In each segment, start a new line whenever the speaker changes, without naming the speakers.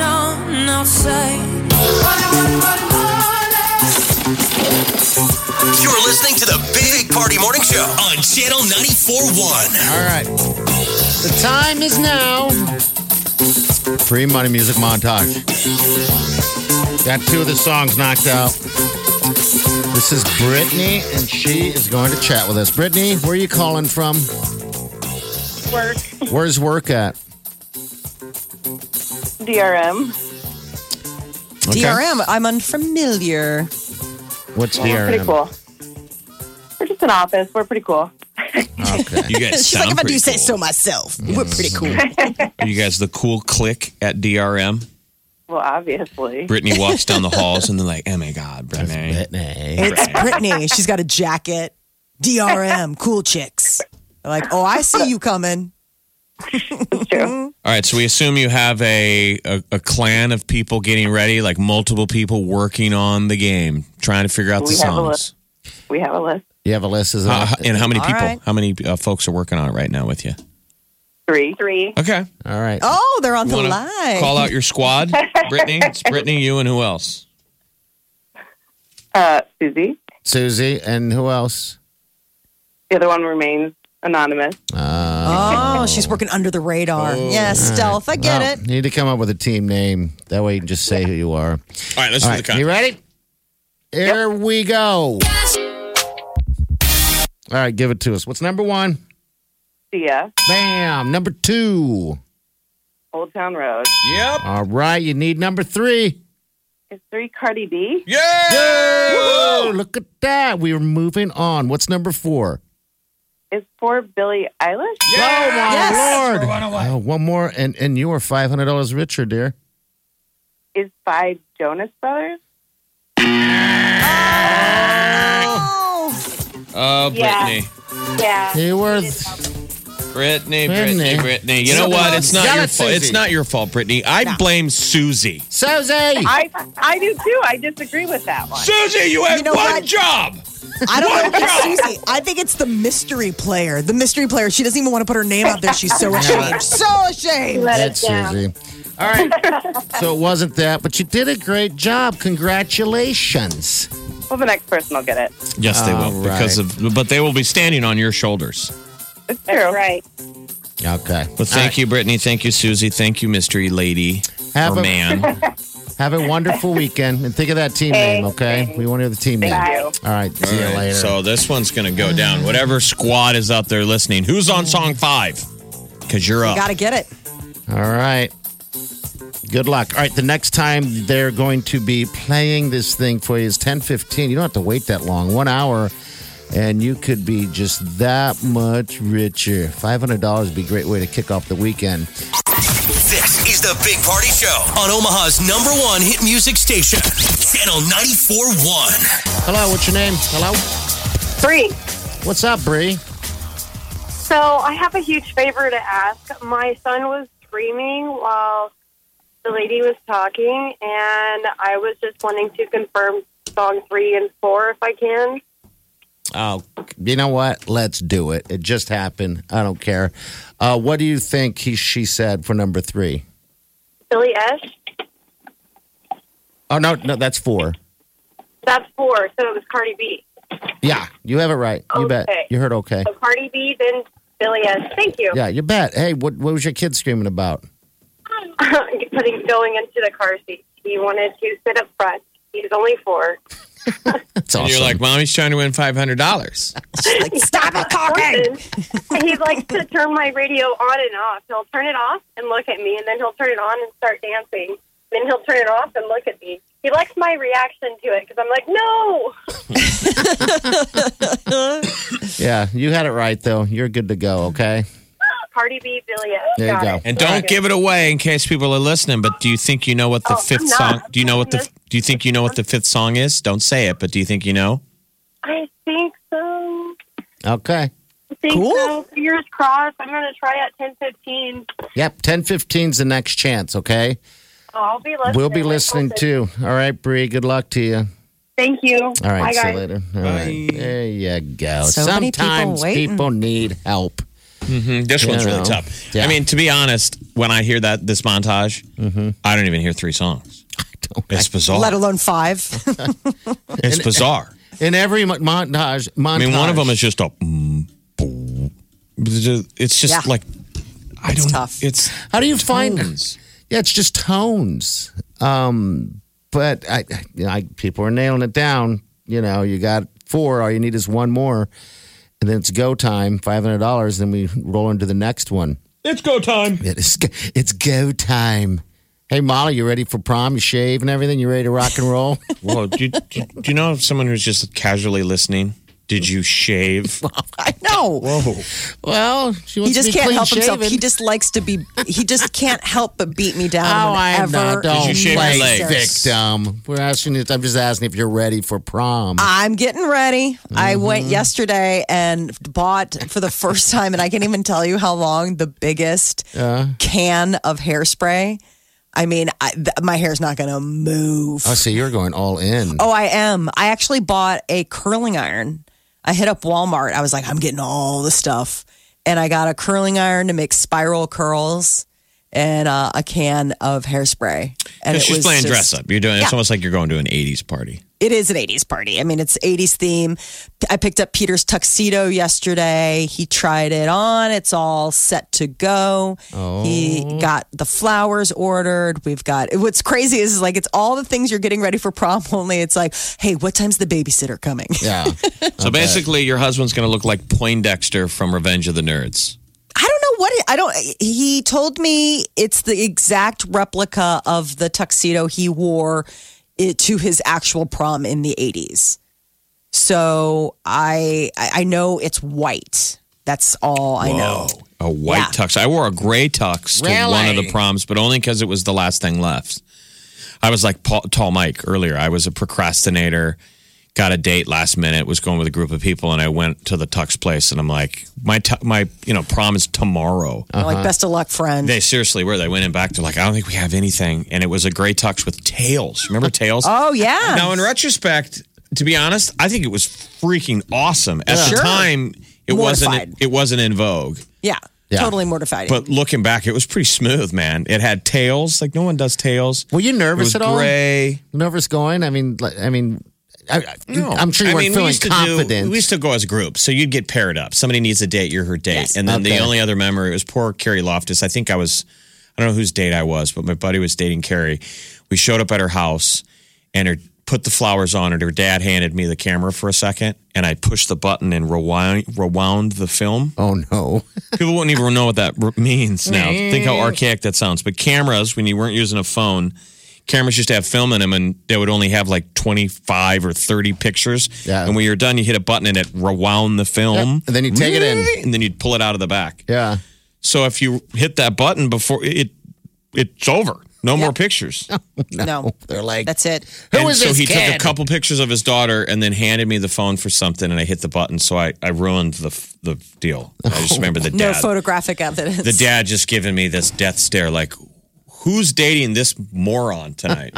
on outside. Money, money, money, money.
You're listening to the Big Party Morning Show on Channel 94.1.
All right. The time is now. Free money music montage. Got two of the songs knocked out. This is Brittany, and she is going to chat with us. Brittany, where are you calling from?
Work.
Where's work at?
DRM.
Okay.
DRM, I'm unfamiliar.
What's
We're pretty
DRM?
cool. We're just an office. We're pretty cool.
Okay.
You guys
She's
sound
like, if I
pretty
do say
cool. Mm-hmm.
so myself, we're pretty cool.
Are you guys the cool clique at DRM?
Well, obviously.
Brittany walks down the halls and they're like, oh my God, Brittany.
Brittany.
It's Brittany. She's got a jacket. DRM, cool chicks. They're like, oh, I see you coming.
It's true.
All right, so we assume you have a, a, a clan of people getting ready, like multiple people working on the game, trying to figure out the
We have a
songs.
list. we have a list.
You have a list as
Uh, and how many
All
people?
right.
How many uh, folks are working on it right now with you?
Three. Three.
Okay.
All right.
Oh, they're on the
Wanna
line.
Call out your squad, Brittany. It's Brittany, you, and who else?
Uh, Susie.
Susie, and who else?
The other one remains anonymous.
Uh,
Oh, she's working under the radar.
Oh,
yeah, stealth. I get
Well,
it.
you Need to come up with a team name. That way you can just say who you are.
All right, let's
All
do
right.
the contest.
You ready? Here we go. All right, give it to us. What's number one?
Sia.
Bam. Number two.
Old Town Road.
Yep.
All right, you need number three.
Is three Cardi B?
Yeah.
Oh, look at that. We're moving on. What's number four?
Is four Billie Eilish?
Oh, my
Yes.
Lord. Oh, one more, and, and you are $500 richer, dear.
Is five Jonas Brothers?
Oh,
Oh,
Yeah.
Brittany.
Yeah.
You were. th-
Brittany,
Brittany.
Brittany, Brittany. You know
Something
what?
else.
It's not
Yell
your
at
fault.
Susie.
It's not your fault, Brittany. I blame Susie.
Susie.
I I do too. I disagree with that one.
Susie, you have
You know
one
what?
job.
I don't know. It's Susie. I think it's the mystery player. The mystery player. She doesn't even want to put her name out there. She's so ashamed. So ashamed.
Let
That's
us down.
Susie. All right. so it wasn't that, but you did a great job. Congratulations.
Well, the next person will get it.
Yes, they will
All Oh, right.
because of. But they will be standing on your shoulders.
It's true. Right.
Okay.
Well, thank you, Brittany. Thank you, Susie. Thank you, mystery lady
Have
or
a-
man.
Have a wonderful weekend and think of that team name, okay? We want to hear the team name.
Thank
All right. See
All
you
right,
later.
So this one's going to go down. Whatever squad is out there listening, who's on song five? Because you're up.
Got to get it.
All right. Good luck. All right, the next time they're going to be playing this thing for you is 10:15. You don't have to wait that long. 1 hour and you could be just that much richer. $500 would be a great way to kick off the weekend.
This is the Big Party Show on Omaha's number one hit music station, Channel 94.1.
Hello, what's your name? Hello.
Three.
What's up, Bree?
So I have a huge favor to ask. My son was screaming while the lady was talking, and I was just wanting to confirm song three and four if I can.
Oh, you know what? Let's do it. It just happened. I don't care. Uh, what do you think he she said for number 3?
Billy Esch,
Oh no, no, that's 4.
that's four, so it was Cardi B.
Yeah, you have it right. You bet.
Okay.
You heard okay.
So Cardi B, then Billy Esch. Thank you.
Yeah, you bet. Hey, what what was your kid screaming about?
Putting going into the car seat. He wanted to sit up front. He's only four.
That's
And
awesome.
you're like, mommy's trying to win five hundred dollars.
Like, stop it talking.
he likes to turn my radio on and off. He'll turn it off and look at me, and then he'll turn it on and start dancing. Then he'll turn it off and look at me. He likes my reaction to it because I'm like, no.
yeah, you had it right though. You're good to go. Okay.
Cardi B, Billie Eilish.
There you
Got
go.
it.
And don't give it away in case people are listening. But do you think you know what the
Oh,
fifth
I'm not.
song? Do you know what the? Do you think you know what the fifth song is? Don't say it, but do you think you know?
I think so.
Okay.
I think
Cool.
so. Fingers crossed. I'm going to try at 10:15.
Yep. 10:15's the next chance. Okay.
Oh, I'll be listening.
We'll be listening too. All right, Bree. Good luck to you.
Thank you.
All right.
Bye,
see
guys.
you later. All right. There you go.
So many people
Sometimes
waiting.
people need help.
Mm-hmm. This
You
one's really
know.
tough.
Yeah.
I mean, to be honest, when I hear that this montage, I don't even hear three songs. It's bizarre.
Let alone five.
it's bizarre.
In every mo- montage, montage.
I mean, one of them is just a. mm, boom. It's just
Yeah.
like I
It's
don't.
tough.
It's
How do you find them?
tones.
Yeah, it's just tones. Um, but I, I- you know, I, people are nailing it down. You know, you got four. All you need is one more, and then it's go time. Five hundred dollars. Then we roll into the next one.
It's go time.
It is. It's go time. Hey Molly, you ready for prom? You shave and everything. You ready to rock and roll?
Whoa! Do, do, do you know someone who's just casually listening? Did you shave?
I know.
well, she
He
wants
just
to be
can't
clean
help himself.
shaven.
He just likes to be. He just can't help but beat me down.
Oh, I'm
whenever
not. Don't
Did you shave your
play
legs?
victim. We're asking. you- I'm just asking if you're ready for prom.
I'm getting ready. I went
Mm-hmm.
yesterday and bought for the first time, and I can't even tell you how long the biggest can of hairspray. I mean, I, th- my hair's not going to move.
oh, so you're going all in.
Mm.
Oh, I am. I actually bought a curling iron. I hit up Walmart. I was like, I'm getting all the stuff. And I got a curling iron to make spiral curls and uh, a can of hairspray. And
She's
was
playing
just-
dress up. You're doing. It's
Yeah.
almost like you're going to an '80s party.
It is an 80s party. I mean, it's 80s theme. I picked up Peter's tuxedo yesterday. He tried it on. It's all set to go. He got the flowers ordered. We've got what's crazy is like it's all the things you're getting ready for prom only. It's like, "Hey, what time's the babysitter coming?"
Yeah.
So basically, your husband's going to look like Poindexter from Revenge of the Nerds.
I don't know what it, I don't. He told me it's the exact replica of the tuxedo he wore it to his actual prom in the eighties. So I I I know it's white. That's all I know.
A white
Yeah.
tux. I wore a gray tux to one of
Really?
the proms, but only because it was the last thing left. I was like Paul, Tall Mike earlier. I was a procrastinator, got a date last minute, was going with a group of people, and I went to the tux place, and I'm like, my tu- my you know prom is tomorrow.
I'm Like best of luck, friend.
They seriously were. They went in back. They're like, I don't think we have anything, and it was a gray tux with tails. Remember tails?
oh yeah.
Now, in retrospect, to be honest, I think it was freaking awesome. At the
Sure.
time, it
Mortified.
wasn't it wasn't in vogue.
yeah, Totally mortified.
But looking back, it was pretty smooth, man. It had tails, like no one does tails.
Were you nervous
it was
at all?
Gray.
nervous going? I mean, like- I mean, I, I- I'm sure you
I
weren't
mean, we
feeling
used to do-
confident.
we used to go as a group, so you'd get paired up. Somebody needs a date, you're her date, and then
Okay.
the only other memory was poor Carrie Loftus. I think I was, I don't know whose date I was, but my buddy was dating Carrie. We showed up at her house, and her put the flowers on, and her dad handed me the camera for a second, and I pushed the button and rewind rewound the film.
oh no!
People wouldn't even know what that r- means now. Think how archaic that sounds. But cameras, when you weren't using a phone, cameras used to have film in them and they would only have like 25 or 30 pictures.
Yeah.
And when you're done, you hit a button and it rewound the film.
And then you take it in.
And then you'd pull it out of the back.
Yeah,
So if you hit that button before it, it's over. No more pictures.
no,
they're like,
that's it.
who
and
is
so
this
he
kid?
took a couple pictures of his daughter and then handed me the phone for something and I hit the button. So I, I ruined the, f- the deal. I
Oh,
just remember the
No
dad
photographic evidence.
the dad just giving me this death stare like who's dating this moron tonight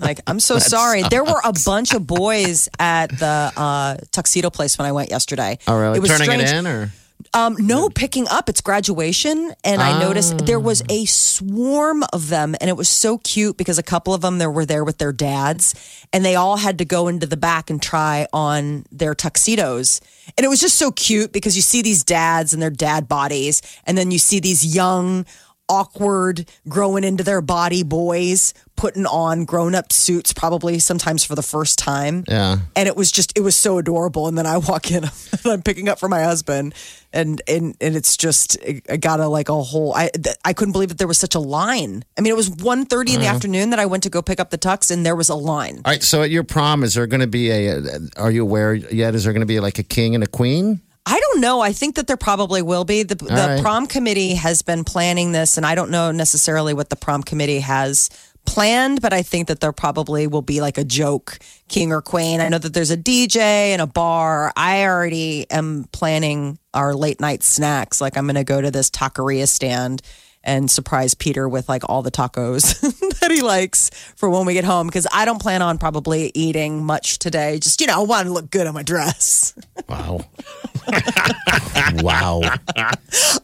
Like, I'm so sorry. There were a bunch of boys at the uh, tuxedo place when I went yesterday.
Oh, really?
It was
Turning
strange.
it in, or
Um, no, picking up. It's graduation, and I noticed there was a swarm of them, and it was so cute because a couple of them there were there with their dads, and they all had to go into the back and try on their tuxedos, and it was just so cute because you see these dads and their dad bodies, and then you see these young, awkward, growing into their body boys putting on grown-up suits, probably sometimes for the first time.
yeah.
And it was just, it was so adorable. And then I walk in and I'm picking up for my husband. And, and, and it's just, I got a, like a whole, I, th- I couldn't believe that there was such a line. I mean, it was 1.30 in the afternoon that I went to go pick up the tux and there was a line.
All right. So at your prom, is there going to be a? Are you aware yet? Is there going to be like a king and a queen?
I don't know. I think that there probably will be. The,
All
the
right.
prom committee has been planning this, and I don't know necessarily what the prom committee has planned, but I think that there probably will be like a joke king or queen. I know that there's a DJ and a bar. I already am planning our late night snacks. Like, I'm going to go to this taqueria stand and surprise Peter with like all the tacos that he likes for when we get home because I don't plan on probably eating much today. Just, you know, I want to look good on my dress.
Wow. wow.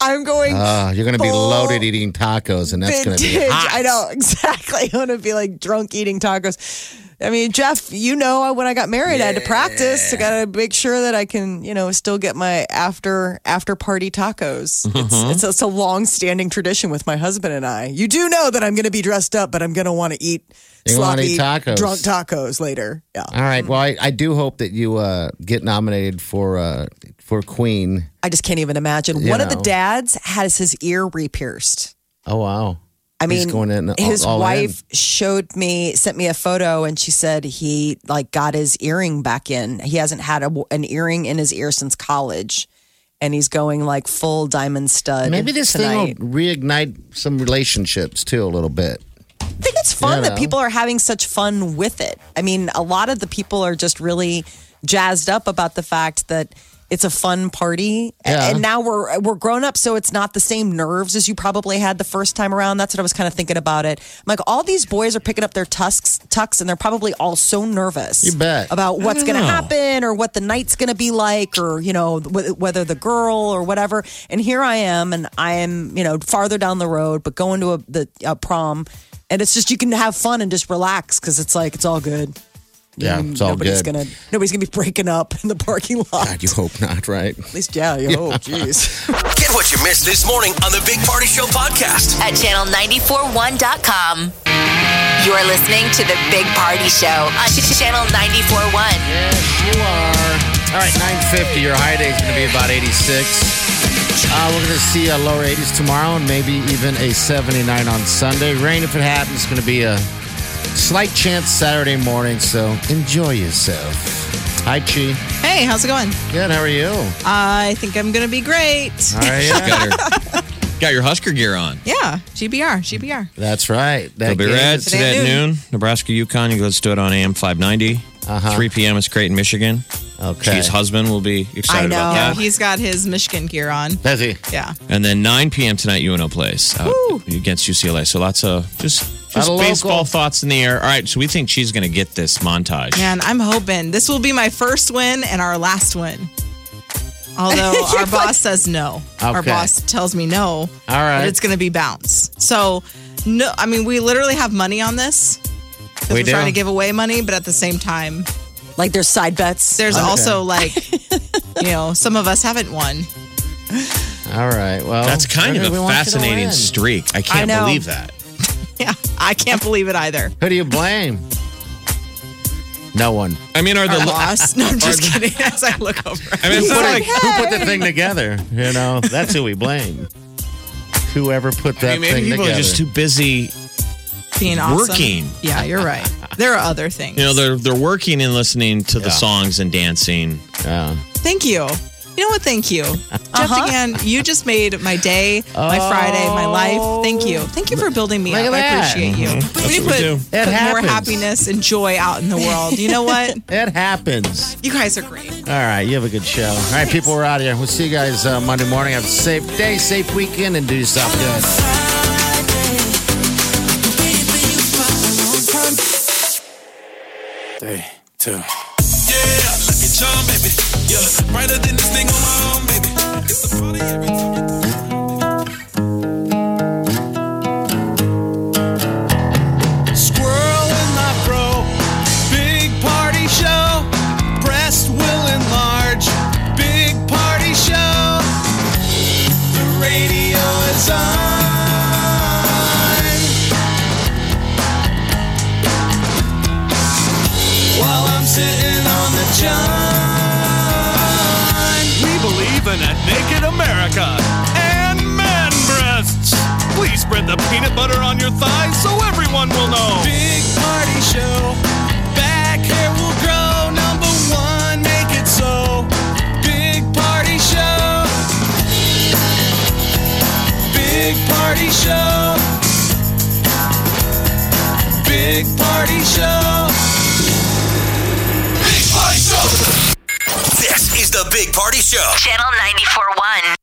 I'm going.
Uh, you're going to be
Full
loaded eating tacos, and that's going to be
vintage.
hot.
I know exactly. I'm gonna be like drunk eating tacos. I mean, Jeff, you know, when I got married, I had to practice. I gotta make sure that I can, you know, still get my after after party tacos.
Mm-hmm.
It's, it's, it's a long standing tradition with my husband and I. You do know that I'm gonna be dressed up, but I'm gonna want to eat
You're gonna wanna
sloppy
eat tacos. Ah.
drunk tacos later. Yeah,
All right. Well, I, I do hope that you uh, get nominated for uh, for Queen.
I just can't even imagine.
You
One of the
know.
dads has his ear re-pierced.
Oh wow.
I
He's
mean,
going in all-
his
all in.
wife showed me, sent me a photo, and she said he like got his earring back in. He hasn't had a, an earring in his ear since college, and he's going like full diamond stud.
Maybe this
tonight.
thing will reignite some relationships too a little bit.
I think it's fun
You
that
know.
people are having such fun with it. I mean, a lot of the people are just really jazzed up about the fact that it's a fun party, A-
Yeah.
and now we're we're grown up, so it's not the same nerves as you probably had the first time around. That's what I was kind of thinking about it. I'm like, all these boys are picking up their tusks, tucks, and they're probably all so nervous.
You bet.
about what's going to
know.
happen or what the night's going to be like, or you know wh- whether the girl or whatever. And here I am, and I am you know farther down the road, but going to a the a prom, and it's just you can have fun and just relax because it's like it's all good. Mm,
Yeah, it's all
nobody's
good.
gonna nobody's gonna be breaking up in the parking lot.
God, you hope not, right?
At least, yeah. you- Oh, jeez.
Get what you missed this morning on the Big Party Show podcast.
at channel941.com. You're listening to the Big Party Show on Ch- Channel 941.
Yes, you are. All right, 950. Your high day is going to be about 86. Uh, we're going to see a lower 80s tomorrow and maybe even a 79 on Sunday. Rain, if it happens, going to be a slight chance Saturday morning. So enjoy yourself. Hi, Chi.
Hey, how's it going?
Good. How are you?
I think I'm going to be great.
All right. yeah.
Got, her, got your Husker gear on.
Yeah, GBR, GBR.
That's right. That
They'll be
game
red
is-
today at
at
noon. Nebraska, Yukon. You can let's do it on AM 590.
Uh-huh.
3 p.m. is Creighton, Michigan.
Okay.
Chi's husband will be excited
I
about
know.
that.
He's got his Michigan gear on.
Busy.
Yeah.
And then 9 p.m. tonight, UNO plays out against UCLA. So lots of just,
Lot
just
of
baseball
local.
thoughts in the air. All right, so we think she's going to get this montage.
Man, I'm hoping this will be my first win and our last win. Although our boss says no. Our
Okay.
boss tells me no.
All right.
But it's going to be bounce. So, no, I mean, we literally have money on this. 'Cause
We
we're trying
do.
to give away money, but at the same time,
like there's side bets.
there's also like, you know, some of us haven't won.
All right.
Oh,
Well,
That's kind of
maybe we
a
want you to
fascinating
win.
streak. I can't
know.
believe that.
Yeah, I can't believe it either.
Who do you blame? No one.
I mean, are the.
Our loss. No, I'm just kidding. As I look over,
I mean, it's
Who
not
put
like.
it- who put the thing together? You know, that's who we blame. Whoever put that
I mean, maybe
thing
people
together.
are just too busy.
being awesome.
Working.
Yeah, you're right. There are other things.
You know, they're they're working and listening to the songs and dancing.
Yeah.
Thank you. You know what? Thank you. Jeff again, you just made my day, my Friday, my life. Thank you. Thank you for building me
Look
up.
at
I
that.
appreciate you. When you
what we
put,
do.
It
put more
happens.
happiness and joy out in the world. You know what?
It happens.
you guys are great.
All right, you have a good show. All right, people, we're out of here. We'll see you guys uh, Monday morning. Have a safe day, safe weekend, and do yourself good.
Three, two.
Yeah, look at John, baby. Yeah, brighter than this thing on my own, baby. It's a party every time you come
Squirrel in my fro. Big party show. Breast will enlarge. Big party show. The radio is on. While I'm sitting on the john. We believe in a naked America and man breasts. Please spread the peanut butter on your thighs so everyone will know. Big party show. Back hair will grow. Number one, make it so. Big party show. Big Party Show.
This is the Big Party Show.
Channel 941.